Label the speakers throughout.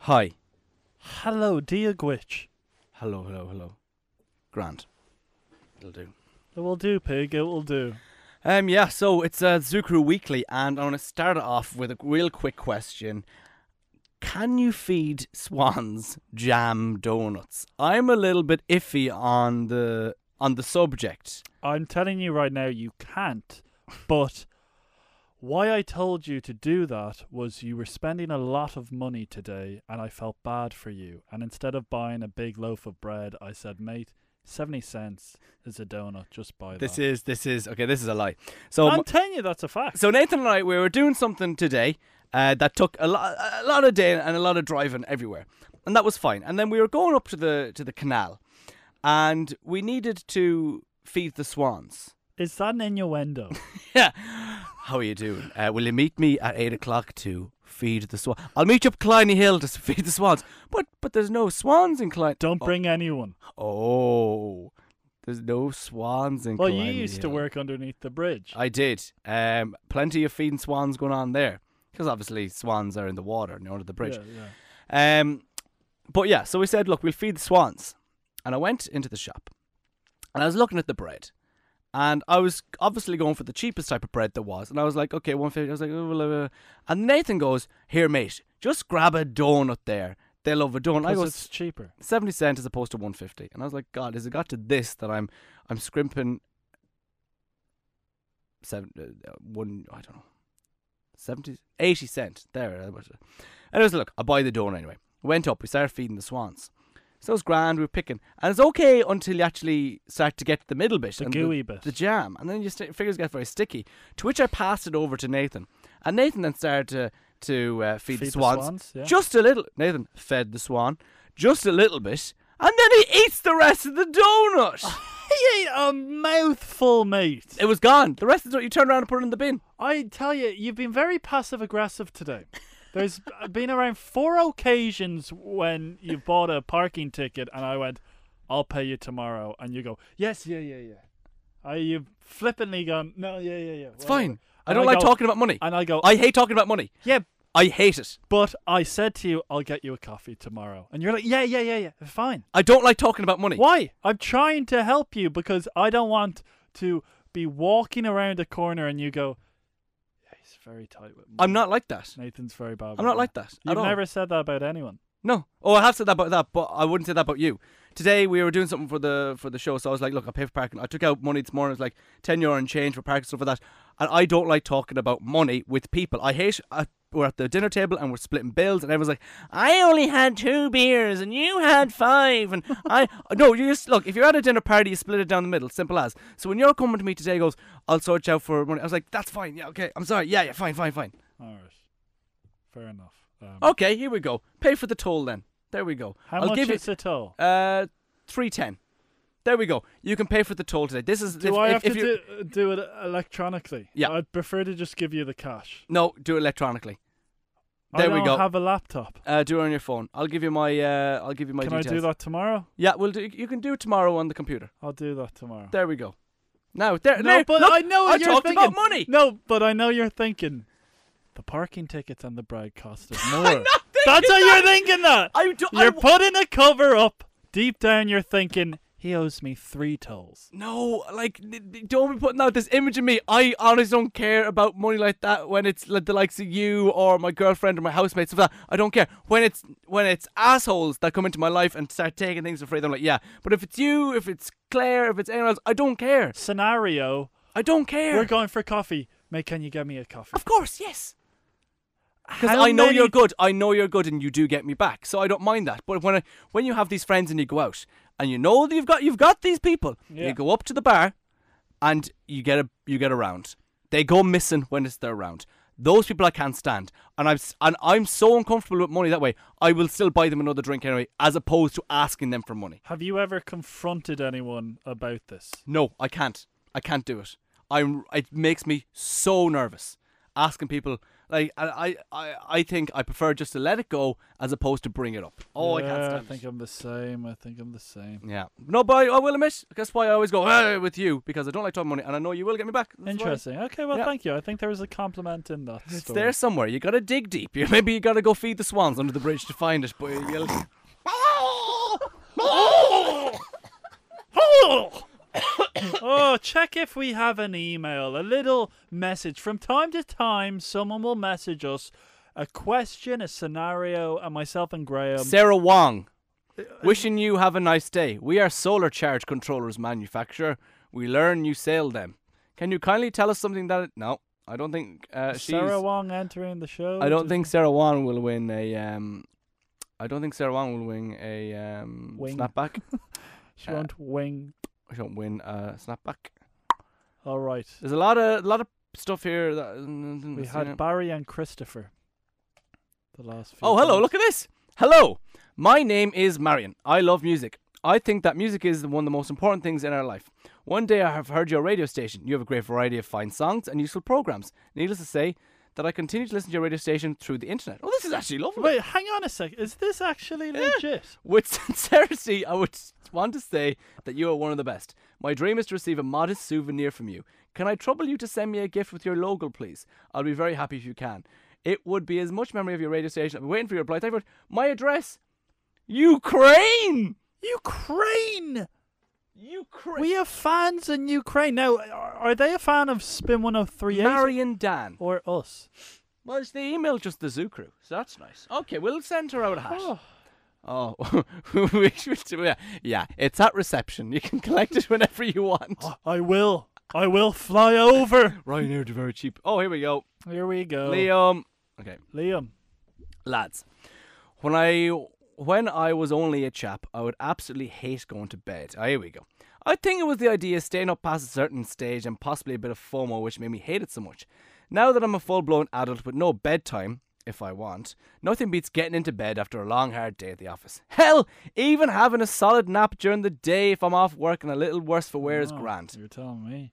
Speaker 1: Hi.
Speaker 2: Hello, dear Gwitch.
Speaker 1: Hello, hello, hello. Grand. It'll do.
Speaker 2: It will do, pig. It will do.
Speaker 1: Um, yeah, so it's uh, Zukru Weekly, and I want to start it off with a real quick question. Can you feed swans jam donuts? I'm a little bit iffy on the on the subject.
Speaker 2: I'm telling you right now, you can't. But why I told you to do that was you were spending a lot of money today, and I felt bad for you. And instead of buying a big loaf of bread, I said, mate, seventy cents is a donut. Just buy
Speaker 1: This
Speaker 2: that.
Speaker 1: is this is okay. This is a lie. So
Speaker 2: I'm telling you, that's a fact.
Speaker 1: So Nathan and I, we were doing something today uh, that took a lot, a lot of day and a lot of driving everywhere, and that was fine. And then we were going up to the to the canal, and we needed to feed the swans.
Speaker 2: is that an innuendo?
Speaker 1: Yeah. How are you doing? Uh, will you meet me at eight o'clock to feed the swans? I'll meet you up Cliny Hill to feed the swans. But but there's no swans in Cliny.
Speaker 2: Don't bring anyone.
Speaker 1: Oh, there's no swans in.
Speaker 2: Well, you
Speaker 1: Cliny
Speaker 2: used to
Speaker 1: Hill.
Speaker 2: work underneath the bridge.
Speaker 1: I did. Um, plenty of feeding swans going on there because obviously swans are in the water and under the bridge.
Speaker 2: Yeah, yeah.
Speaker 1: Um, but yeah, so we said, look, we'll feed the swans, and I went into the shop, and I was looking at the bread, and I was obviously going for the cheapest type of bread there was, and I was like, okay, one fifty. I was like, "Oh, blah, blah, blah." and Nathan goes, here, mate, just grab a donut there. They love a donut. I
Speaker 2: 'Cause
Speaker 1: go,
Speaker 2: it's cheaper.
Speaker 1: 70 cent as opposed to 150 and i was like god has it got to this that i'm i'm scrimping seven uh, uh, one i don't know 70 80 cent there that was it. and it was look i buy the donut anyway went up we started feeding the swans so it's grand we were picking and it's okay until you actually start to get to the middle bit
Speaker 2: The
Speaker 1: and
Speaker 2: gooey bit.
Speaker 1: the jam and then your st- fingers get very sticky to which i passed it over to nathan and nathan then started to to uh, feed, the swans
Speaker 2: yeah.
Speaker 1: just a little. Nathan fed the swan just a little bit, and then he eats the rest of the donut.
Speaker 2: He ate a mouthful, mate.
Speaker 1: it was gone. The rest of the donut you turn around and put it in the bin.
Speaker 2: I tell you, you've been very passive aggressive today. There's been around four occasions when you bought a parking ticket and I went, I'll pay you tomorrow. And you go, yes, yeah, yeah, yeah. I, you've flippantly gone, no, yeah, yeah, yeah.
Speaker 1: It's fine. I
Speaker 2: And
Speaker 1: don't
Speaker 2: I
Speaker 1: like
Speaker 2: go-
Speaker 1: talking about money.
Speaker 2: And I go,
Speaker 1: I hate talking about money.
Speaker 2: yeah,
Speaker 1: I hate it.
Speaker 2: but I said to you, I'll get you a coffee tomorrow. And you're like, yeah, yeah, yeah, yeah, fine.
Speaker 1: I don't like talking about money.
Speaker 2: Why? I'm trying to help you because I don't want to be walking around a corner and you go, yeah, he's very tight with money.
Speaker 1: I'm not like that.
Speaker 2: Nathan's very bad.
Speaker 1: I'm not like that
Speaker 2: You've
Speaker 1: at all.
Speaker 2: never said that about anyone.
Speaker 1: No. Oh, I have said that about that, but I wouldn't say that about you. Today we were doing something for the for the show, so I was like, look, I pay for parking. I took out money this morning. It was like ten euro and change for parking stuff for that. And I don't like talking about money with people. I hate. I, we're at the dinner table and we're splitting bills, and everyone's like, "I only had two beers and you had five, and I no, you just look. If you're at a dinner party, you split it down the middle, simple as. So when you're coming to me today, goes, "I'll sort you out for money." I was like, "That's fine, yeah, okay, I'm sorry, yeah, yeah, fine, fine, fine."
Speaker 2: All right, fair enough. Um,
Speaker 1: Okay, here we go. Pay for the toll then. There we go.
Speaker 2: how
Speaker 1: Oh, I'll
Speaker 2: much
Speaker 1: give you,
Speaker 2: is it all?
Speaker 1: Uh, three ten. There we go. You can pay for the toll today. This is
Speaker 2: Do
Speaker 1: if,
Speaker 2: I
Speaker 1: if-
Speaker 2: have
Speaker 1: if
Speaker 2: to
Speaker 1: you-
Speaker 2: do, do it electronically?
Speaker 1: Yeah.
Speaker 2: I'd prefer to just give you the cash.
Speaker 1: no do it electronically.
Speaker 2: I
Speaker 1: There we
Speaker 2: don't
Speaker 1: go.
Speaker 2: have a laptop.
Speaker 1: Uh, do it on your phone. I'll give you my uh, I'll give you my
Speaker 2: Can
Speaker 1: details.
Speaker 2: I do that tomorrow?
Speaker 1: Yeah, we'll do. You can do it tomorrow on the computer.
Speaker 2: I'll do that tomorrow.
Speaker 1: There we go. Now there.
Speaker 2: no,
Speaker 1: there-
Speaker 2: but
Speaker 1: look,
Speaker 2: I know
Speaker 1: I
Speaker 2: what you're
Speaker 1: talked
Speaker 2: thinking.
Speaker 1: about money.
Speaker 2: No, but I know you're thinking. The parking tickets and the bread costed more.
Speaker 1: I'm not thinking
Speaker 2: That's how
Speaker 1: that.
Speaker 2: you're thinking that.
Speaker 1: I do. I
Speaker 2: you're
Speaker 1: w-
Speaker 2: putting a cover up. Deep down, you're thinking he owes me three tolls.
Speaker 1: no, like n- n- don't be putting out this image of me. I honestly don't care about money like that when it's like the likes of you or my girlfriend or my housemates. Stuff like that. I don't care when it's when it's assholes that come into my life and start taking things for free. I'm like, yeah. But if it's you, if it's Claire, if it's anyone else, I don't care.
Speaker 2: Scenario:
Speaker 1: I don't care.
Speaker 2: We're going for coffee. Mate, can you get me a coffee?
Speaker 1: Of course, yes. Because
Speaker 2: How
Speaker 1: I know
Speaker 2: many-
Speaker 1: you're good. I know you're good, and you do get me back, so I don't mind that. But when I, when you have these friends and you go out, and you know that you've got you've got these people,
Speaker 2: Yeah.
Speaker 1: you go up to the bar, and you get a you get a round. They go missing when it's their round. Those people I can't stand, and I'm s- and I'm so uncomfortable with money that way. I will still buy them another drink anyway, as opposed to asking them for money.
Speaker 2: Have you ever confronted anyone about this?
Speaker 1: No, I can't. I can't do it. I'm. It makes me so nervous asking people. Like I, I, I- I think I prefer just to let it go as opposed to bring it up. Oh, I can't
Speaker 2: Yeah,
Speaker 1: stand
Speaker 2: I think
Speaker 1: it.
Speaker 2: I'm the same. I think I'm the same.
Speaker 1: Yeah. No, but I, I will admit. That's why I always go "Ah," with you because I don't like talking money, and I know you will get me back. That's why-
Speaker 2: Interesting. Okay, well,
Speaker 1: Yeah.
Speaker 2: thank you. I think there was a compliment in that.
Speaker 1: It's
Speaker 2: story.
Speaker 1: there somewhere. You gotta dig deep. You maybe you gotta go feed the swans under the bridge to find it. But you'll.
Speaker 2: oh, check if we have an email, a little message. From time to time, someone will message us a question, a scenario, and myself and Graham.
Speaker 1: Sarah Wong, wishing you have a nice day. We are solar charge controllers manufacturer. We learn you sell them. Can you kindly tell us something that? No, I don't think uh, she's.
Speaker 2: Sarah Wong entering the show.
Speaker 1: I don't
Speaker 2: Does-
Speaker 1: think Sarah Wong will win a. Um, I don't think Sarah Wong will win a um,
Speaker 2: Wing.
Speaker 1: snapback.
Speaker 2: she
Speaker 1: uh,
Speaker 2: won't wing.
Speaker 1: I don't win a snapback.
Speaker 2: All right.
Speaker 1: There's a lot of lot of stuff here. That,
Speaker 2: We had Barry and Christopher. The last. Few
Speaker 1: Oh, hello,
Speaker 2: times.
Speaker 1: look at this. Hello. My name is Marion. I love music. I think that music is one of the most important things in our life. One day I have heard your radio station. You have a great variety of fine songs and useful programs. Needless to say, that I continue to listen to your radio station through the internet. Oh, this is actually lovely.
Speaker 2: Wait, hang on a sec. Is this actually legit?
Speaker 1: With sincerity, I would want to say that you are one of the best. My dream is to receive a modest souvenir from you. Can I trouble you to send me a gift with your logo, please? I'll be very happy if you can. It would be as much memory of your radio station. I've been waiting for your reply. Thank you very much. My address Ukraine!
Speaker 2: Ukraine.
Speaker 1: Ukraine!
Speaker 2: We have fans in Ukraine now. Are are they a fan of Spin 1038
Speaker 1: Marion Dan.
Speaker 2: or us?
Speaker 1: Well, it's the email just the Zoo Crew, so that's nice. Okay, we'll send her out a hat.
Speaker 2: Oh.
Speaker 1: Oh, we should do yeah. yeah, it's at reception. You can collect it whenever you want.
Speaker 2: I will. I will fly over.
Speaker 1: Ryanair, they're very cheap. Oh, here we go.
Speaker 2: Here we go.
Speaker 1: Liam. Oh. Okay,
Speaker 2: Liam.
Speaker 1: lads. When I when I was only a chap, I would absolutely hate going to bed. Ah, here we go. I think it was the idea of staying up past a certain stage and possibly a bit of FOMO, which made me hate it so much. Now that I'm a full blown adult with no bedtime, if I want, nothing beats getting into bed after a long hard day at the office. Hell, even having a solid nap during the day if I'm off work and a little worse for wear is
Speaker 2: Oh,
Speaker 1: grand.
Speaker 2: You're telling me.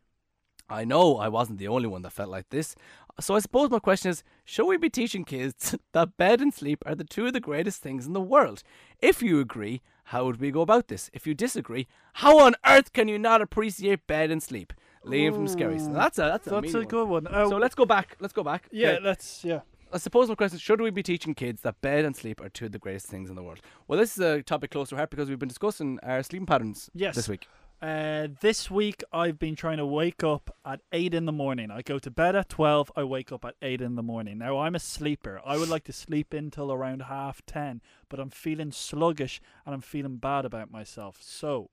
Speaker 1: I know I wasn't the only one that felt like this. So I suppose my question is should we be teaching kids that bed and sleep are the two of the greatest things in the world? If you agree, how would we go about this? If you disagree, how on earth can you not appreciate bed and sleep? Liam from Skerries. Now, That's a that's a,
Speaker 2: That's
Speaker 1: mean
Speaker 2: a
Speaker 1: one.
Speaker 2: good one. Oh,
Speaker 1: So let's go back. Let's go back.
Speaker 2: yeah,
Speaker 1: Okay.
Speaker 2: let's yeah.
Speaker 1: I suppose my question is should we be teaching kids that bed and sleep are two of the greatest things in the world? Well, this is a topic close to our heart because we've been discussing our sleeping patterns
Speaker 2: Yes.
Speaker 1: this week.
Speaker 2: Uh, this week I've been trying to wake up at eight in the morning. I go to bed at twelve. I wake up at eight in the morning. Now I'm a sleeper. I would like to sleep in till around half ten, but I'm feeling sluggish and I'm feeling bad about myself. So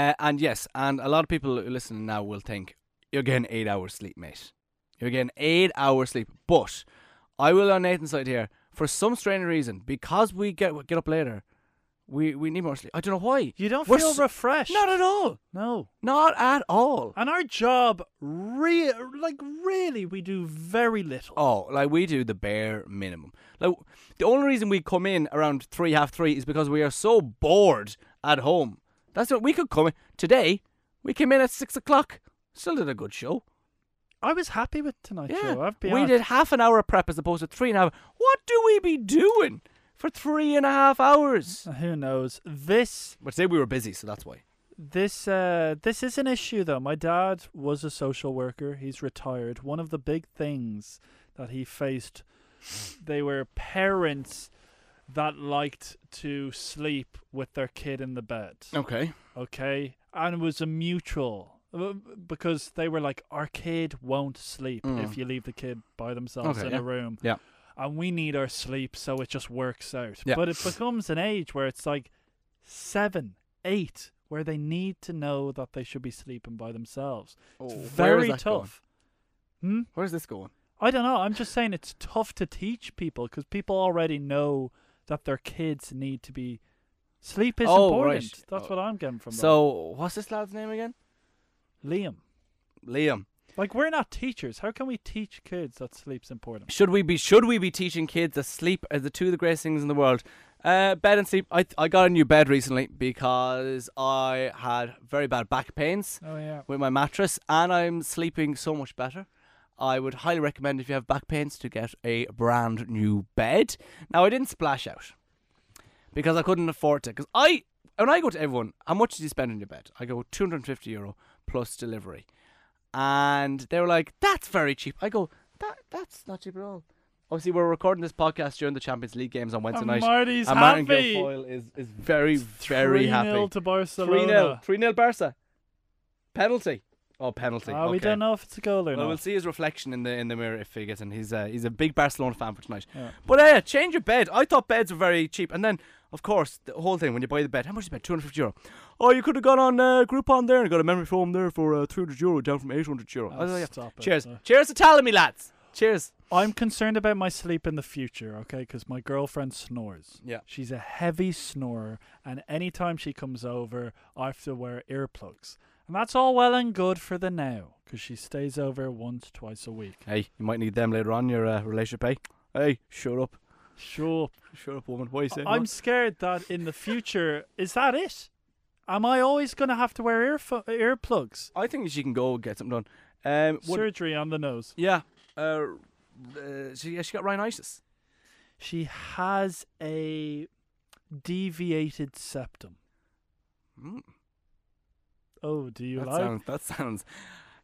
Speaker 1: Uh, and yes, and a lot of people who listening now will think you're getting eight hours sleep, mate. You're getting eight hours sleep. But I will on Nathan's side here. For some strange reason, because we get get up later, we we need more sleep. I don't know why.
Speaker 2: you don't
Speaker 1: We're
Speaker 2: feel
Speaker 1: s-
Speaker 2: refreshed.
Speaker 1: Not at all.
Speaker 2: no.
Speaker 1: Not at all.
Speaker 2: And our job, re- like really, we do very little.
Speaker 1: Oh, like we do the bare minimum. Like the only reason we come in around three, half three, is because we are so bored at home. That's what we could come in today. We came in at six o'clock. Still did a good show.
Speaker 2: I was happy with tonight's
Speaker 1: Yeah,
Speaker 2: show. I've been
Speaker 1: we did half an hour of prep as opposed to three and a half. What do we be doing for three and a half hours?
Speaker 2: Who knows? This
Speaker 1: But today we were busy, so that's why.
Speaker 2: this uh this is an issue though. My dad was a social worker. He's retired. One of the big things that he faced they were parents that liked to sleep with their kid in the bed.
Speaker 1: Okay.
Speaker 2: Okay? And it was a mutual uh, because they were like our kid won't sleep
Speaker 1: Mm.
Speaker 2: if you leave the kid by themselves
Speaker 1: Okay,
Speaker 2: in
Speaker 1: yeah.
Speaker 2: a room.
Speaker 1: Yeah.
Speaker 2: And we need our sleep so it just works out.
Speaker 1: Yeah.
Speaker 2: But it becomes an age where it's like seven, eight, where they need to know that they should be sleeping by themselves.
Speaker 1: Oh,
Speaker 2: It's very tough. Hmm?
Speaker 1: Where is this going?
Speaker 2: I don't know. I'm just saying it's tough to teach people because people already know that their kids need to be. Sleep is
Speaker 1: Oh,
Speaker 2: important.
Speaker 1: right.
Speaker 2: That's
Speaker 1: Oh.
Speaker 2: what I'm getting from
Speaker 1: So, what's this lad's name again?
Speaker 2: that. Liam.
Speaker 1: Liam.
Speaker 2: Like we're not teachers. How can we teach kids that sleep's important?
Speaker 1: Should we be should we be teaching kids that sleep are the two of the greatest things in the world? Uh, bed and sleep. I I got a new bed recently because I had very bad back pains
Speaker 2: Oh yeah.
Speaker 1: with my mattress, and I'm sleeping so much better. I would highly recommend if you have back pains to get a brand new bed. Now I didn't splash out because I couldn't afford to. Because I, when I go to everyone, how much did you spend on your bed? I go 250 euro plus delivery, and they were like, "That's very cheap." I go, "That that's not cheap at all." Obviously, we're recording this podcast during the Champions League games on Wednesday
Speaker 2: And
Speaker 1: night.
Speaker 2: Marty's
Speaker 1: and Martin
Speaker 2: happy.
Speaker 1: Guilfoyle is, is very, very
Speaker 2: 3-0
Speaker 1: happy. 3
Speaker 2: to
Speaker 1: 0.
Speaker 2: Barcelona.
Speaker 1: 3 0 Barca. Penalty. Oh, penalty.
Speaker 2: Ah, We
Speaker 1: Okay.
Speaker 2: don't know if it's a goal or
Speaker 1: Well,
Speaker 2: not.
Speaker 1: we'll see his reflection in the in the mirror if he gets in. He's uh, he's a big Barcelona fan for tonight.
Speaker 2: Yeah.
Speaker 1: But uh, change your bed. I thought beds were very cheap, and then of course the whole thing when you buy the bed, how much is the bed? Two hundred fifty euro. Oh, you could have gone on uh, Groupon there and got a memory foam there for uh, three hundred euro, down from eight hundred euro.
Speaker 2: Oh,
Speaker 1: I was like,
Speaker 2: stop it.
Speaker 1: Cheers,
Speaker 2: Uh,
Speaker 1: cheers to telling me, lads. Cheers.
Speaker 2: I'm concerned about my sleep in the future, okay? Because my girlfriend snores.
Speaker 1: Yeah.
Speaker 2: She's a heavy snorer, and anytime she comes over, I have to wear earplugs. And that's all well and good for the now, because she stays over once, twice a week.
Speaker 1: Hey, you might need them later on in your uh, relationship. Hey, hey, shut up,
Speaker 2: Sure.
Speaker 1: shut up, woman. What are you saying?
Speaker 2: I'm scared that in the future, is that it? Am I always going to have to wear earfo- earplugs?
Speaker 1: I think she can go and get something done. Um, what-
Speaker 2: Surgery on the nose.
Speaker 1: yeah. Uh, uh, she, yeah, she got rhinitis.
Speaker 2: She has a deviated septum.
Speaker 1: Mm.
Speaker 2: Oh, do you
Speaker 1: that
Speaker 2: like?
Speaker 1: sounds. That sounds.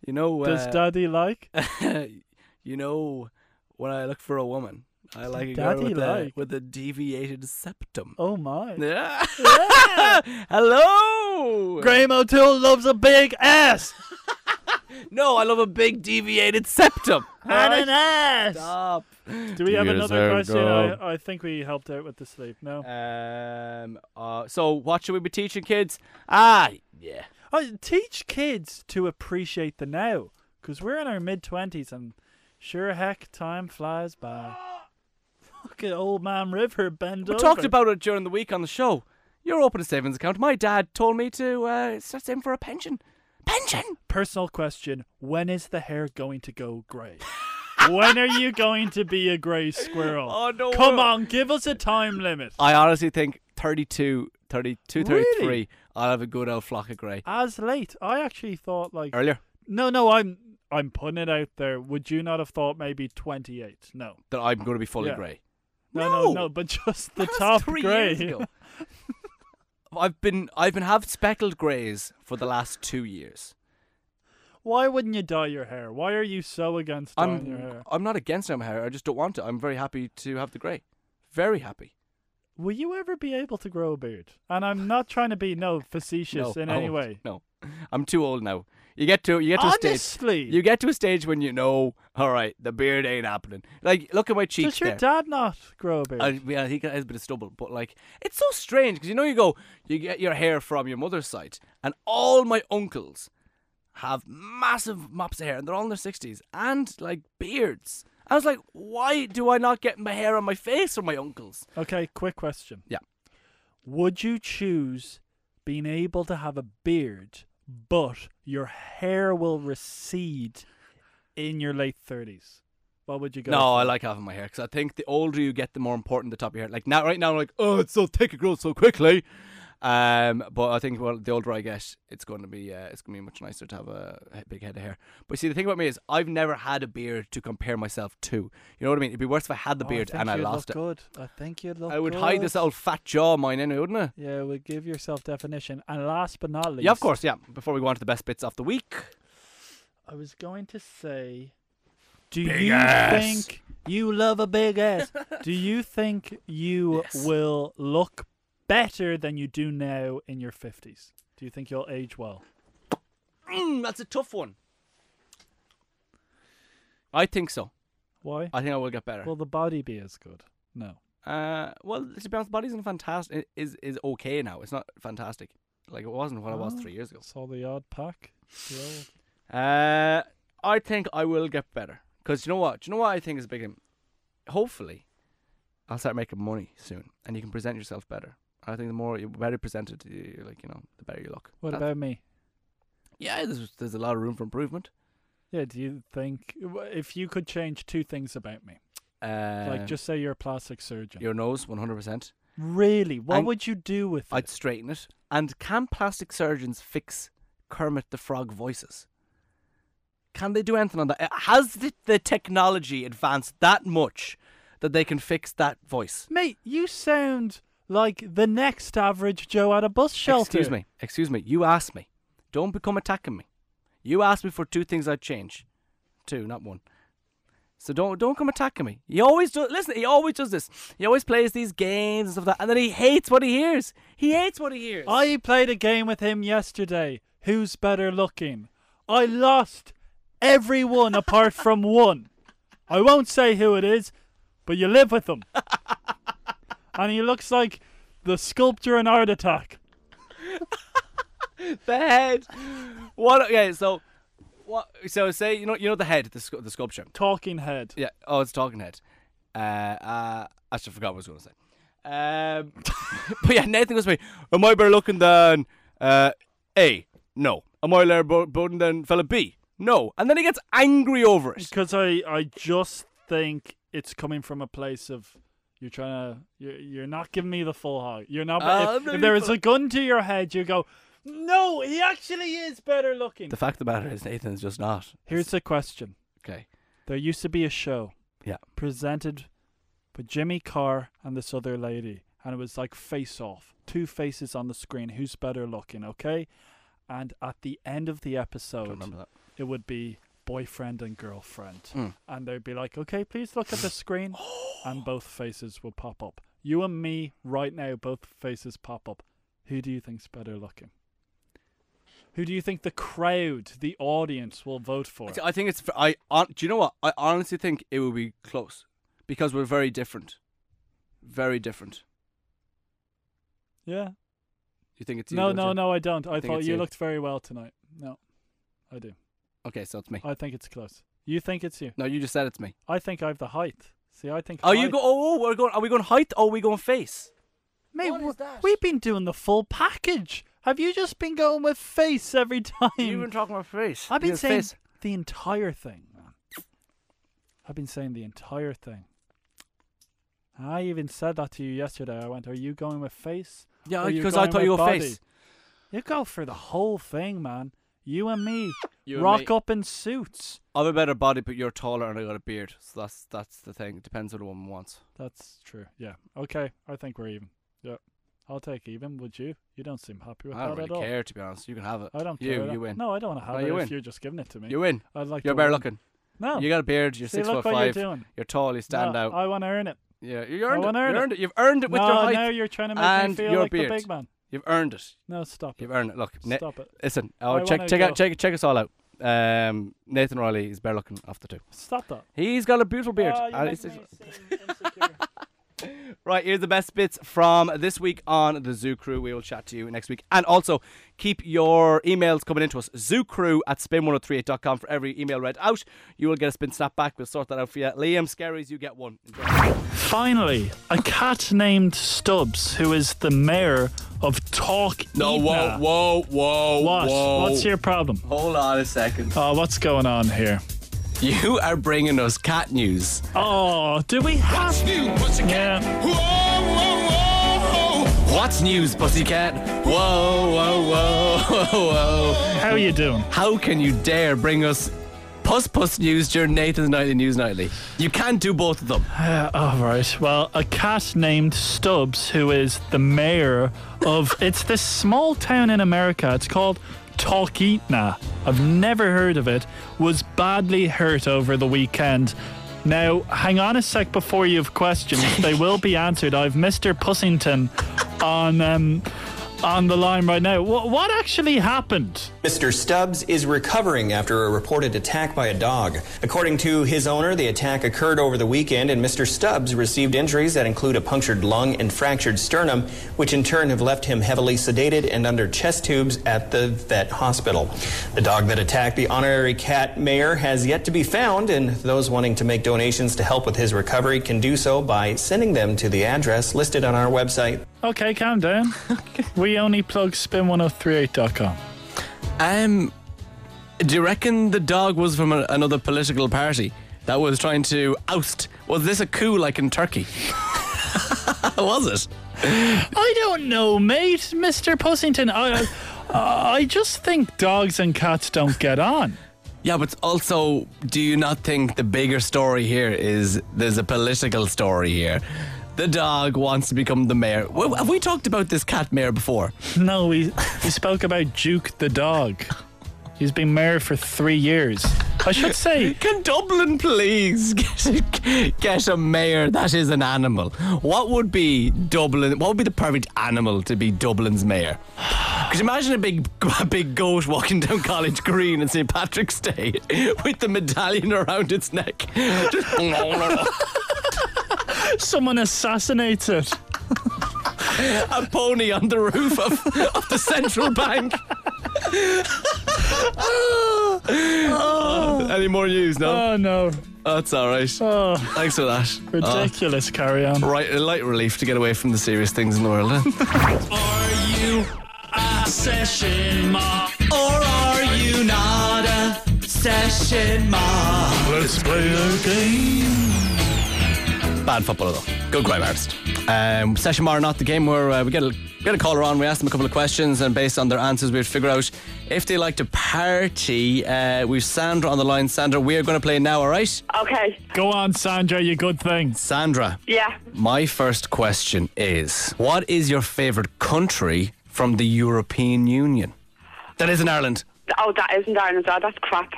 Speaker 1: You know. Uh,
Speaker 2: Does daddy like?
Speaker 1: you know, when I look for a woman, I like a girl
Speaker 2: Daddy
Speaker 1: with, a,
Speaker 2: like.
Speaker 1: with a deviated septum.
Speaker 2: Oh my.
Speaker 1: Yeah.
Speaker 2: Yeah.
Speaker 1: Hello.
Speaker 2: Graham O'Toole loves a big ass
Speaker 1: No, I love a big deviated septum.
Speaker 2: and an
Speaker 1: Alright,
Speaker 2: ass.
Speaker 1: Stop.
Speaker 2: Do we have another question?
Speaker 1: go.
Speaker 2: I, I think we helped out with the sleep. No.
Speaker 1: Um. Uh, so, what should we be teaching kids? Ah, yeah.
Speaker 2: I teach kids to appreciate the now, because we're in our mid twenties and sure heck time flies by. Look at old man River bend
Speaker 1: We
Speaker 2: over.
Speaker 1: talked about it during the week on the show. You're open a savings account. My dad told me to uh, start saving for a pension. Pension.
Speaker 2: personal question: When is the hair going to go grey? when are you going to be a grey squirrel?
Speaker 1: Oh, no,
Speaker 2: Come
Speaker 1: we're-
Speaker 2: on, give us a time limit.
Speaker 1: I honestly think 32, 32, 33,
Speaker 2: Really?
Speaker 1: I'll have a good old flock of grey.
Speaker 2: As late, I actually thought like
Speaker 1: Earlier,
Speaker 2: No, no, I'm I'm putting it out there. Would you not have thought maybe 28? No.
Speaker 1: that I'm going to be fully
Speaker 2: Yeah.
Speaker 1: grey.
Speaker 2: No,
Speaker 1: No!
Speaker 2: no, no, but just the
Speaker 1: That was
Speaker 2: top
Speaker 1: three
Speaker 2: grey.
Speaker 1: years ago. I've been, I've been have speckled greys for the last two years.
Speaker 2: Why wouldn't you dye your hair? Why are you so against dyeing your
Speaker 1: I'm,
Speaker 2: hair?
Speaker 1: I'm not against my hair. I just don't want it. I'm very happy to have the grey. Very happy.
Speaker 2: Will you ever be able to grow a beard? And I'm not trying to be no facetious
Speaker 1: no,
Speaker 2: in
Speaker 1: I
Speaker 2: any
Speaker 1: won't.
Speaker 2: way.
Speaker 1: No, I'm too old now. You get to, you get to a stage.
Speaker 2: Honestly,
Speaker 1: You get to a stage when you know, all right, the beard ain't happening. Like, look at my cheeks
Speaker 2: does your
Speaker 1: there.
Speaker 2: dad not grow a beard?
Speaker 1: I, yeah, he has a bit of stubble, but like it's so strange because you know you go you get your hair from your mother's side, and all my uncles have massive mops of hair, and they're all in their sixties and like beards. I was like, why do I not get my hair on my face from my uncles?
Speaker 2: Okay, quick question.
Speaker 1: Yeah.
Speaker 2: Would you choose being able to have a beard, but your hair will recede in your late thirties? What would you go?
Speaker 1: No,
Speaker 2: for?
Speaker 1: I like having my hair because I think the older you get, the more important the top of your hair. Like now, right now, I'm like, oh, it's so thick, it grows so quickly. Um, but I think well, the older I get, it's going to be uh, it's going to be much nicer to have a he- big head of hair. But see, the thing about me is, I've never had a beard to compare myself to. You know what I mean? It'd be worse if I had the
Speaker 2: Oh,
Speaker 1: beard
Speaker 2: think
Speaker 1: and I
Speaker 2: you'd
Speaker 1: lost
Speaker 2: look
Speaker 1: it.
Speaker 2: Good. I think you'd look.
Speaker 1: I would hide
Speaker 2: good.
Speaker 1: this old fat jaw of mine anyway, wouldn't I?
Speaker 2: Yeah, it would give yourself definition. And last but not least,
Speaker 1: Yeah, of course. Yeah. Before we go on to the best bits of the week,
Speaker 2: I was going to say, do
Speaker 1: Big
Speaker 2: you
Speaker 1: ass.
Speaker 2: think you love a big ass? do you think you
Speaker 1: Yes.
Speaker 2: will look better than you do now in your 50s? Do you think you'll age well?
Speaker 1: Mm, that's a tough one. I think so.
Speaker 2: Why?
Speaker 1: I think I will get better.
Speaker 2: Will the body be as good? No.
Speaker 1: Uh, well, to be honest, body isn't fantastic. Is is okay now. It's not fantastic. Like it wasn't what it was
Speaker 2: Oh.
Speaker 1: three years ago.
Speaker 2: Saw the odd pack. The old-
Speaker 1: Uh, I think I will get better. Cause you know what? Do you know what I think is a big? thing? Hopefully, I'll start making money soon, and you can present yourself better. I think the more you're better presented, you- like you know, the better you look.
Speaker 2: What
Speaker 1: That's-
Speaker 2: about me?
Speaker 1: Yeah, there's there's a lot of room for improvement.
Speaker 2: Yeah, do you think w- if you could change two things about me?
Speaker 1: Uh,
Speaker 2: like just say you're a plastic surgeon.
Speaker 1: your nose, one hundred percent.
Speaker 2: Really? What
Speaker 1: I'm-
Speaker 2: would you do with
Speaker 1: I'd
Speaker 2: it?
Speaker 1: straighten it. And can plastic surgeons fix Kermit the Frog voices? Can they do anything on that? Uh, Has the, the technology advanced that much that they can fix that voice?
Speaker 2: Mate, you sound like the next average Joe at a bus shelter.
Speaker 1: Excuse me. Excuse me. You asked me. Don't become attacking me. You asked me for two things I'd change. Two, not one. So don't don't come attacking me. He always does. Listen, he always does this. He always plays these games and stuff like that, and then he hates what he hears. He hates what he hears.
Speaker 2: I played a game with him yesterday. Who's better looking? I lost everyone apart from one. I won't say who it is, but you live with him. and he looks like the sculpture in Art Attack.
Speaker 1: the head. What? Yeah. So what? So say you know you know the head, the scu- the sculpture.
Speaker 2: Talking head.
Speaker 1: Yeah. Oh, it's talking head. Uh, uh, I should forgot what I was going to say. Um, but yeah, Nathan goes to me. Am I better looking than uh, A? No. Am I better bo- looking than fella B? No. And then he gets angry over it.
Speaker 2: Because I, I just think it's coming from a place of you're trying to you're, you're not giving me the full hug. You're not.
Speaker 1: Uh,
Speaker 2: if,
Speaker 1: no,
Speaker 2: if
Speaker 1: you
Speaker 2: there is
Speaker 1: full-
Speaker 2: a gun to your head, you go. No, he actually is better looking.
Speaker 1: The fact of the matter is, Nathan's just not.
Speaker 2: Here's the question.
Speaker 1: okay.
Speaker 2: There used to be a show.
Speaker 1: Yeah.
Speaker 2: Presented by Jimmy Carr and this other lady. And it was like face off. Two faces on the screen. Who's better looking, okay? And at the end of the
Speaker 1: I
Speaker 2: episode,
Speaker 1: remember that.
Speaker 2: it would be boyfriend and girlfriend.
Speaker 1: Mm.
Speaker 2: And they'd be like, okay, please look at the screen. and both faces would pop up. You and me, right now, both faces pop up. Who do you think's better looking? Who do you think the crowd, the audience, will vote for?
Speaker 1: I think it's. I. hon- Do you know what? I honestly think it will be close because we're very different. Very different.
Speaker 2: Yeah.
Speaker 1: You think it's you,
Speaker 2: No,
Speaker 1: don't
Speaker 2: no,
Speaker 1: you?
Speaker 2: no, I don't. I,
Speaker 1: think
Speaker 2: thought
Speaker 1: it's
Speaker 2: you,
Speaker 1: you.
Speaker 2: looked very well tonight. No, I do.
Speaker 1: Okay, so it's me.
Speaker 2: I think it's close. You think it's you.
Speaker 1: No, you just said it's me.
Speaker 2: I think I've the height. See, I think.
Speaker 1: Are you
Speaker 2: height-
Speaker 1: go? Oh, we're going. Are we going height or are we going face?
Speaker 2: Mate,
Speaker 1: What is
Speaker 2: w-
Speaker 1: that?
Speaker 2: we've been doing the full package. Have you just been going with face every time?
Speaker 1: You've been talking about face.
Speaker 2: I've been
Speaker 1: Yes,
Speaker 2: saying
Speaker 1: face.
Speaker 2: the entire thing. man. I've been saying the entire thing. I even said that to you yesterday. I went, "Are you going with face?
Speaker 1: Yeah,
Speaker 2: or you
Speaker 1: because I
Speaker 2: going
Speaker 1: thought you were
Speaker 2: with body?"
Speaker 1: face.
Speaker 2: You go for the whole thing, man. You and me,
Speaker 1: You and
Speaker 2: rock
Speaker 1: me.
Speaker 2: up in suits.
Speaker 1: I have a better body, but you're taller and I got a beard. So that's that's the thing. It depends what a woman wants.
Speaker 2: That's true. Yeah. Okay. I think we're even. Yeah. I'll take even. Would you? You don't seem happy with
Speaker 1: I don't
Speaker 2: that
Speaker 1: really
Speaker 2: at
Speaker 1: care, to be honest. You can have it.
Speaker 2: all. I don't
Speaker 1: You
Speaker 2: care.
Speaker 1: you win.
Speaker 2: No, I don't want to have
Speaker 1: No,
Speaker 2: it.
Speaker 1: you
Speaker 2: if
Speaker 1: win.
Speaker 2: You're just giving it to me.
Speaker 1: You win.
Speaker 2: I'd like.
Speaker 1: You're
Speaker 2: to
Speaker 1: better
Speaker 2: win.
Speaker 1: looking.
Speaker 2: No.
Speaker 1: You got a beard. You're
Speaker 2: Oh. See,
Speaker 1: six
Speaker 2: look
Speaker 1: foot
Speaker 2: what
Speaker 1: 5
Speaker 2: You're doing.
Speaker 1: You're tall. You stand
Speaker 2: No,
Speaker 1: out.
Speaker 2: I want to earn it.
Speaker 1: yeah, you earned,
Speaker 2: I
Speaker 1: it.
Speaker 2: wanna earn
Speaker 1: you
Speaker 2: it.
Speaker 1: earned it. You've earned it with
Speaker 2: no,
Speaker 1: your height.
Speaker 2: now you're trying to make me
Speaker 1: and
Speaker 2: feel
Speaker 1: your
Speaker 2: like
Speaker 1: beard.
Speaker 2: the big man.
Speaker 1: You've earned it.
Speaker 2: No, stop it.
Speaker 1: You've earned it. Look, Na-
Speaker 2: Stop it.
Speaker 1: listen. Oh,
Speaker 2: I
Speaker 1: check
Speaker 2: wanna
Speaker 1: check
Speaker 2: go.
Speaker 1: out check check us all out. Um, Nathan Riley is better looking after two.
Speaker 2: Stop that.
Speaker 1: He's got a beautiful beard.
Speaker 2: Oh, you
Speaker 1: and
Speaker 2: make
Speaker 1: it's-
Speaker 2: me seem insecure.
Speaker 1: Right, here's the best bits from this week on the Zoo Crew. We will chat to you next week. And also, keep your emails coming into us. Zoocrew at spin1038.com for every email read out. You will get a spin snap back. We'll sort that out for you. Liam Scaries, you get one. Enjoy.
Speaker 2: Finally, a cat named Stubbs, who is the mayor of Talk. Etna.
Speaker 1: whoa, whoa,
Speaker 2: What? What's your problem?
Speaker 1: Hold on a second.
Speaker 2: Oh, what's going on here?
Speaker 1: You are bringing us cat news.
Speaker 2: Oh, do we have?
Speaker 1: New pussycat.
Speaker 2: Yeah.
Speaker 1: Whoa, whoa, whoa. What's news, pussycat? Whoa, whoa, whoa, whoa, whoa.
Speaker 2: How are you doing?
Speaker 1: How can you dare bring us Puss Puss news during Nathan's Nightly News Nightly? You can't do both of them.
Speaker 2: Uh, all right. Well, a cat named Stubbs, who is the mayor of it's this small town in America. It's called Talkeetna. I've never heard of it. Was badly hurt over the weekend. Now, hang on a sec before you have questions. they will be answered. I've Mr. Pussington on um, on the line right now. Wh- what actually happened?
Speaker 3: Mr. Stubbs is recovering after a reported attack by a dog. According to his owner, the attack occurred over the weekend, and Mr. Stubbs received injuries that include a punctured lung and fractured sternum, which in turn have left him heavily sedated and under chest tubes at the vet hospital. The dog that attacked the honorary cat mayor has yet to be found, and those wanting to make donations to help with his recovery can do so by sending them to the address listed on our website.
Speaker 2: Okay, calm down. We only plug spin1038.com.
Speaker 1: Um, do you reckon the dog was from a, another political party that was trying to oust? Was this a coup like in Turkey? was it?
Speaker 2: I don't know, mate, Mr. Pussington. I, I just think dogs and cats don't get on.
Speaker 1: Yeah, but also, do you not think the bigger story here is there's a political story here? The dog wants to become the mayor. Well, have we talked about this cat mayor before?
Speaker 2: No, we, we spoke about Duke the dog. He's been mayor for three years. I should say,
Speaker 1: Can Dublin please get a, get a mayor that is an animal? What would be Dublin? What would be the perfect animal to be Dublin's mayor? Could you imagine a big a big goat walking down College Green on St Patrick's Day with the medallion around its neck? Just
Speaker 2: someone assassinates it.
Speaker 1: a pony on the roof of, of the central bank. Oh, any more news? No,
Speaker 2: Oh no!
Speaker 1: that's all right.
Speaker 2: Oh,
Speaker 1: Thanks for that. Oh,
Speaker 2: ridiculous! Carry on.
Speaker 1: right, a light relief to get away from the serious things in the world. Huh?
Speaker 2: Are you a session mob?
Speaker 1: Or are you not a session mob?
Speaker 2: Let's play a game.
Speaker 1: Bad footballer though. Good grime artist. Um, session mob or not the game where uh, we get a, get a caller on, we ask them a couple of questions, and based on their answers, we figure out if they like to party. Uh, we've Sandra on the line. Sandra, we are going to play now, all right?
Speaker 4: Okay.
Speaker 2: Go on, Sandra. You good things.
Speaker 1: Sandra,
Speaker 4: Yeah.
Speaker 1: my first question is What is your favourite country from the European Union? That isn't Ireland.
Speaker 4: Oh, that isn't Ireland. Oh, that's crap.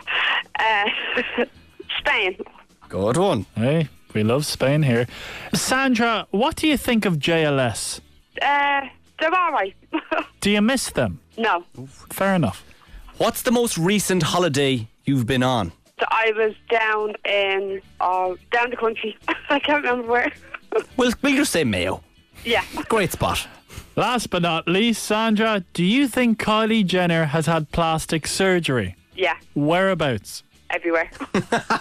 Speaker 4: Uh, Spain.
Speaker 1: Good one.
Speaker 2: Hey, we love Spain here. Sandra, what do you think of JLS?
Speaker 4: Uh, they're all right.
Speaker 2: Do you miss them?
Speaker 4: no.
Speaker 2: Fair enough.
Speaker 1: What's the most recent holiday you've been on?
Speaker 4: So I was down in, oh, down the country. I can't remember where.
Speaker 1: Well, we'll just say Mayo.
Speaker 4: yeah.
Speaker 1: Great spot.
Speaker 2: Last but not least, Sandra, do you think Kylie Jenner has had plastic surgery?
Speaker 4: Yeah.
Speaker 2: Whereabouts?
Speaker 4: Everywhere.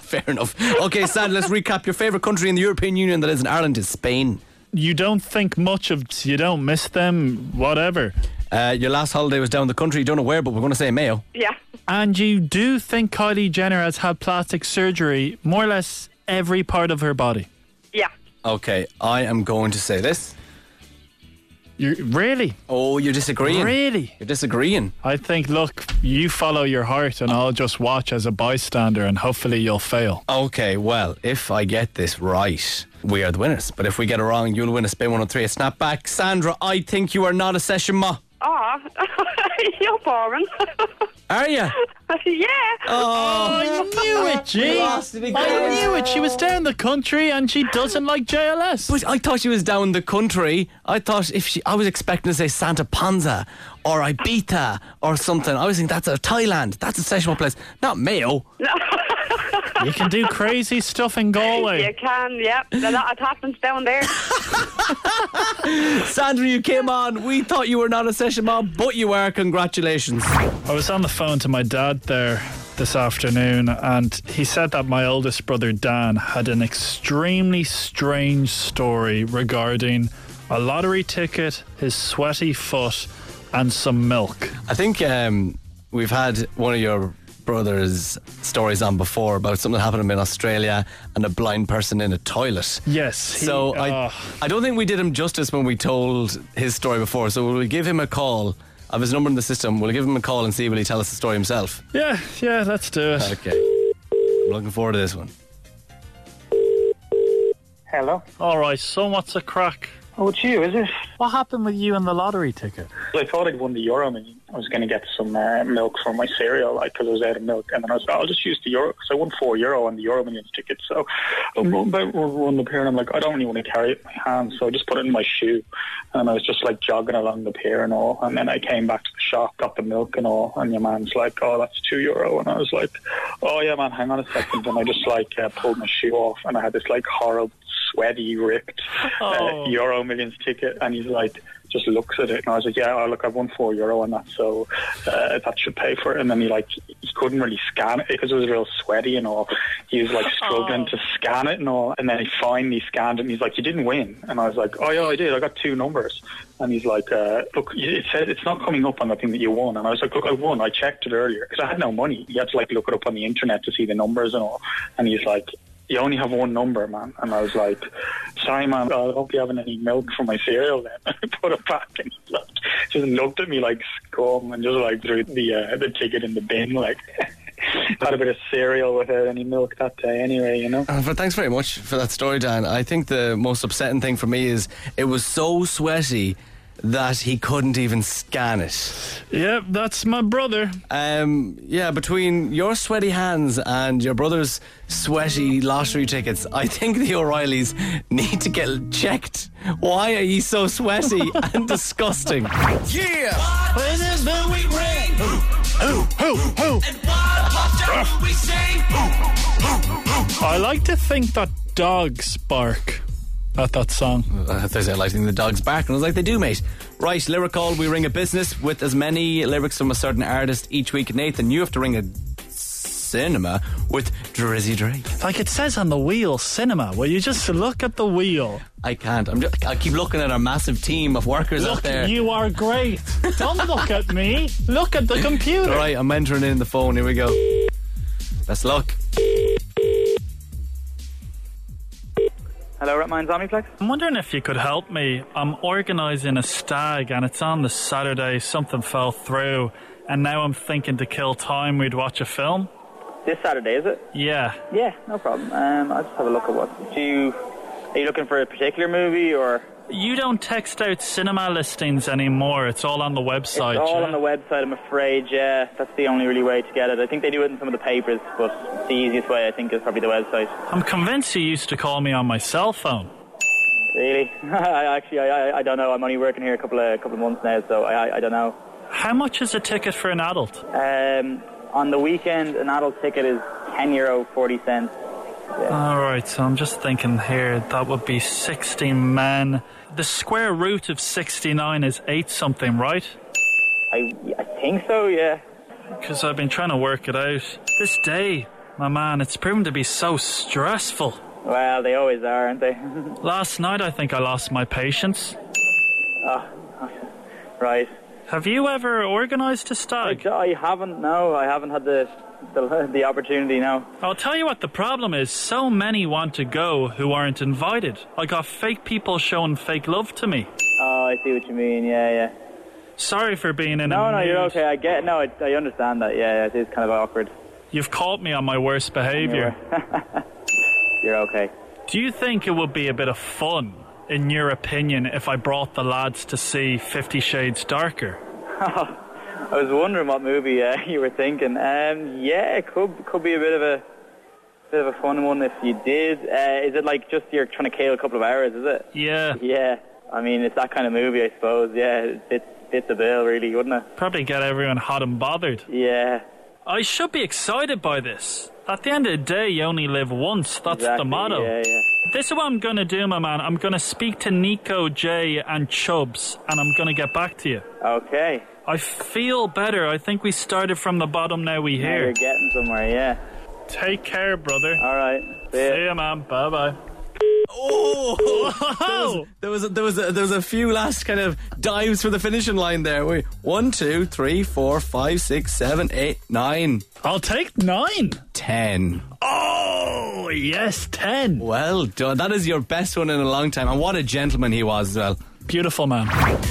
Speaker 1: Fair enough. Okay, Sad, let's recap. Your favourite country in the European Union that isn't Ireland is Spain.
Speaker 2: You don't think much of, you don't miss them, whatever.
Speaker 1: Uh, your last holiday was down the country. You don't know where, but we're going to say Mayo.
Speaker 4: yeah.
Speaker 2: And you do think Kylie Jenner has had plastic surgery, more or less every part of her body.
Speaker 4: Yeah.
Speaker 1: Okay, I am going to say this.
Speaker 2: You really,
Speaker 1: Oh, you're disagreeing.
Speaker 2: really?
Speaker 1: You're disagreeing.
Speaker 2: I think. Look, you follow your heart, and I'll just watch as a bystander, and hopefully you'll fail.
Speaker 1: Okay, well, if I get this right, we are the winners. But if we get it wrong, you'll win a Spin 103 a snapback. Sandra, I think you are not a session ma.
Speaker 4: Oh, you're boring.
Speaker 1: Are you?
Speaker 4: yeah.
Speaker 2: I knew it, G.
Speaker 1: Oh. Lost it again.
Speaker 2: I knew it. She was down the country, and she doesn't like JLS.
Speaker 1: But I thought she was down the country. I thought if she, I was expecting to say Santa Panza or Ibiza or something. I was thinking that's a Thailand. That's a sessional place, not Mayo.
Speaker 2: You can do crazy stuff in
Speaker 4: You
Speaker 2: Galway.
Speaker 4: can, yep. A lot of happens down there.
Speaker 1: Sandra, you came on. We thought you were not a session mom, but you are. Congratulations.
Speaker 2: I was on the phone to my dad there this afternoon, and he said that my oldest brother Dan had an extremely strange story regarding a lottery ticket, his sweaty foot, and some milk.
Speaker 1: I think um, we've had one of your brother's stories on before about something that happened to him in Australia and a blind person in a toilet.
Speaker 2: Yes. he-
Speaker 1: So I,
Speaker 2: oh,
Speaker 1: I don't think we did him justice when we told his story before. So we'll give him a call. I have his number in the system. We'll give him a call and see will he tell us the story himself.
Speaker 2: yeah, yeah. Let's do it.
Speaker 1: Okay. I'm looking forward to this one.
Speaker 5: Hello.
Speaker 2: All right. So what's a crack?
Speaker 5: Oh, it's you, is it?
Speaker 2: What happened with you and the lottery ticket?
Speaker 5: I thought I'd won the euro and I was going to get some uh, milk for my cereal because I was out of milk. And then I was I'll just use the euro because I won four euro on the euro millions ticket. So I'm running about running up here and I'm like, I don't really want to carry it in my hand. So I just put it in my shoe and I was just like jogging along the pier and all. And then I came back to the shop, got the milk and all. And your man's like, oh, that's two euro. And I was like, oh, yeah, man, hang on a second. And I just like uh, pulled my shoe off and I had this like horrible sweaty, ripped
Speaker 2: Oh.
Speaker 5: uh, Euro Millions ticket, and he's like, just looks at it, and I was like, yeah, oh, look, I've won four euro on that, so uh, that should pay for it. And then he like, he couldn't really scan it because it was real sweaty and all. He was like struggling to scan it and all, and then he finally scanned it, and he's like, you didn't win, and I was like, oh yeah, I did, I got two numbers, and he's like, uh, look, it said it's not coming up on the thing that you won, and I was like, look, I won, I checked it earlier because I had no money. You had to like look it up on the internet to see the numbers and all, and he's like you only have one number, man. And I was like, sorry, man, I won't be having any milk for my cereal then. I put it back and he left. just looked at me like scum and just like threw the, uh, the ticket in the bin. Like, had a bit of cereal without any milk that day anyway, you know.
Speaker 1: Uh, but thanks very much for that story, Dan. I think the most upsetting thing for me is it was so sweaty that he couldn't even scan it.
Speaker 2: Yep, that's my brother.
Speaker 1: Um, yeah, between your sweaty hands and your brother's sweaty lottery tickets, I think the O'Reillys need to get checked. Why are you so sweaty and disgusting?
Speaker 6: Yeah! What is the we ring? Who, who, who, who? And what do we sing?
Speaker 2: I like to think that dogs bark at that song.
Speaker 1: Uh, Thursday Night Lighting, the dog's back, and I was like, they do, mate. Right, lyric call, we ring a business with as many lyrics from a certain artist each week. Nathan, you have to ring a cinema with Drizzy Drake.
Speaker 2: Like it says on the wheel, cinema, where you just look at the wheel.
Speaker 1: I can't. I'm just, I keep looking at our massive team of workers out
Speaker 2: Look,
Speaker 1: there.
Speaker 2: you are great. Don't look at me. Look at the computer.
Speaker 1: All right, I'm entering in the phone. Here we go. Best luck.
Speaker 7: Hello, Ratmine's Omniplex.
Speaker 2: I'm wondering if you could help me. I'm organising a stag and it's on the Saturday. Something fell through, and now I'm thinking to kill time, we'd watch a film.
Speaker 7: This Saturday, is it?
Speaker 2: Yeah.
Speaker 7: Yeah, no problem. Um, I'll just have a look at what. Do you. Are you looking for a particular movie or.
Speaker 2: You don't text out cinema listings anymore. It's all on the
Speaker 7: It's
Speaker 2: website.
Speaker 7: all
Speaker 2: yeah?
Speaker 7: on the website, I'm afraid, yeah. That's the only really way to get it. I think they do it in some of the papers, but the easiest way, I think, is probably the website.
Speaker 2: I'm convinced you used to call me on my cell phone.
Speaker 7: Really? I actually, I, I, I don't know. I'm only working here a couple of couple of months now, so I, I, I don't know.
Speaker 2: How much is a ticket for an adult?
Speaker 7: Um, on the weekend, an adult ticket is ten euro forty cents.
Speaker 2: All right, so I'm just thinking here that would be 60 men. The square root of 69 is 8 something, right?
Speaker 7: I, I think so. Yeah.
Speaker 2: Because I've been trying to work it out. This day, my man, it's proven to be so stressful.
Speaker 7: Well, they always are, aren't they?
Speaker 2: Last night, I think I lost my patience.
Speaker 7: right.
Speaker 2: Have you ever organised a stag?
Speaker 7: I, I haven't. No, I haven't had the the, the opportunity. No.
Speaker 2: I'll tell you what the problem is. So many want to go who aren't invited. I got fake people showing fake love to me.
Speaker 7: Oh, I see what you mean. Yeah, yeah.
Speaker 2: Sorry for being in
Speaker 7: No,
Speaker 2: a
Speaker 7: no, you're
Speaker 2: mood.
Speaker 7: okay. I get. No, I, I understand that. Yeah, yeah, it is kind of awkward.
Speaker 2: You've caught me on my worst behaviour.
Speaker 7: You're okay.
Speaker 2: Do you think it would be a bit of fun, in your opinion, if I brought the lads to see Fifty Shades Darker?
Speaker 7: I was wondering what movie uh, you were thinking. Um, yeah, it could could be a bit of a bit of a fun one if you did. Uh, is it like just you're trying to kill a couple of hours? Is it?
Speaker 2: Yeah,
Speaker 7: Yeah. I mean, it's that kind of movie, I suppose. Yeah, it fits, fits the bill, really, wouldn't it?
Speaker 2: probably get everyone hot and bothered.
Speaker 7: Yeah.
Speaker 2: I should be excited by this. At the end of the day, you only live once. That's the
Speaker 7: exactly.
Speaker 2: motto.
Speaker 7: Yeah, yeah.
Speaker 2: This is what I'm going to do, my man. I'm going to speak to Nico, Jay, and Chubbs, and I'm going to get back to you.
Speaker 7: Okay.
Speaker 2: I feel better. I think we started from the bottom, now we
Speaker 7: Now
Speaker 2: here.
Speaker 7: You're getting somewhere, yeah.
Speaker 2: Take care, brother.
Speaker 7: All right. See ya.
Speaker 2: See ya, man. Bye bye. Oh!
Speaker 1: There was a, there was a, there was a few last kind of dives for the finishing line there. Wait, one, two, three, four, five, six, seven, eight, nine,
Speaker 2: I'll take nine.
Speaker 1: ten.
Speaker 2: Oh, yes, ten.
Speaker 1: Well done. That is your best one in a long time. And what a gentleman he was as well.
Speaker 2: Beautiful, man.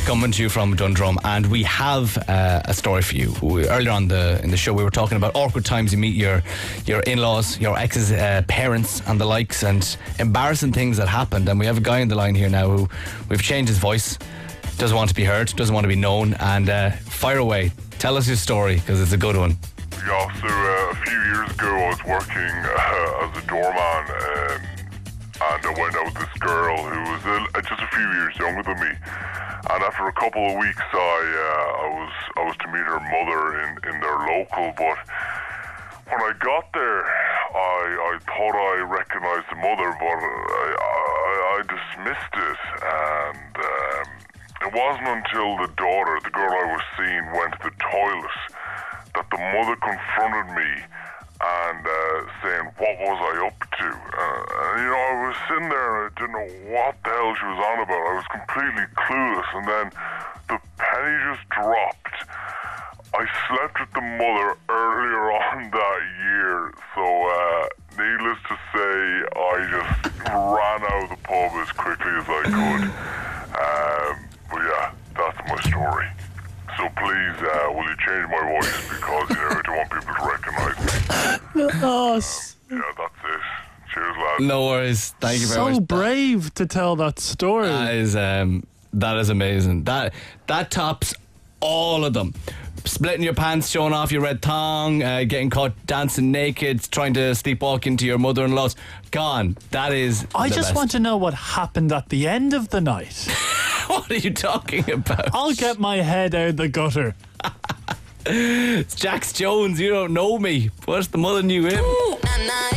Speaker 1: Coming to you from Dundrum, and we have uh, a story for you. We, earlier on the in the show, we were talking about awkward times you meet your your in laws, your ex's uh, parents, and the likes, and embarrassing things that happened. And we have a guy on the line here now who we've changed his voice. Doesn't want to be heard. Doesn't want to be known. And uh, fire away. Tell us your story because it's a good one.
Speaker 8: Yeah, so uh, a few years ago I was working uh, as a doorman um, and I went out with this girl who was uh, just a few years younger than me. And after a couple of weeks, I uh, I was I was to meet her mother in, in their local. But when I got there, I, I thought I recognised the mother, but I, I, I dismissed it. And um, it wasn't until the daughter, the girl I was seeing, went to the toilet that the mother confronted me and uh, saying, What was I up to? Uh, and, you know, I was sitting there and I didn't know what the hell she was on about. I was completely clueless. And then the penny just dropped. I slept with the mother earlier on that year. So, uh, needless to say, I just ran out of the pub as quickly as I could. Um, but yeah, that's my story. So please please, uh, will you change my voice because you know I don't want people to recognise me. Yeah, that's it. Cheers, lads.
Speaker 1: No worries. Thank you very
Speaker 2: So
Speaker 1: much.
Speaker 2: brave to tell that story.
Speaker 1: That is um, that is amazing. That that tops all of them. Splitting your pants, showing off your red tongue, uh, getting caught dancing naked, trying to sleepwalk into your mother-in-law's. Gone. That is.
Speaker 2: I
Speaker 1: the
Speaker 2: just
Speaker 1: best.
Speaker 2: want to know what happened at the end of the night.
Speaker 1: what are you talking about?
Speaker 2: I'll get my head out the gutter.
Speaker 1: It's Jax Jones. You don't know me. What's the mother knew him?
Speaker 9: Ooh, and I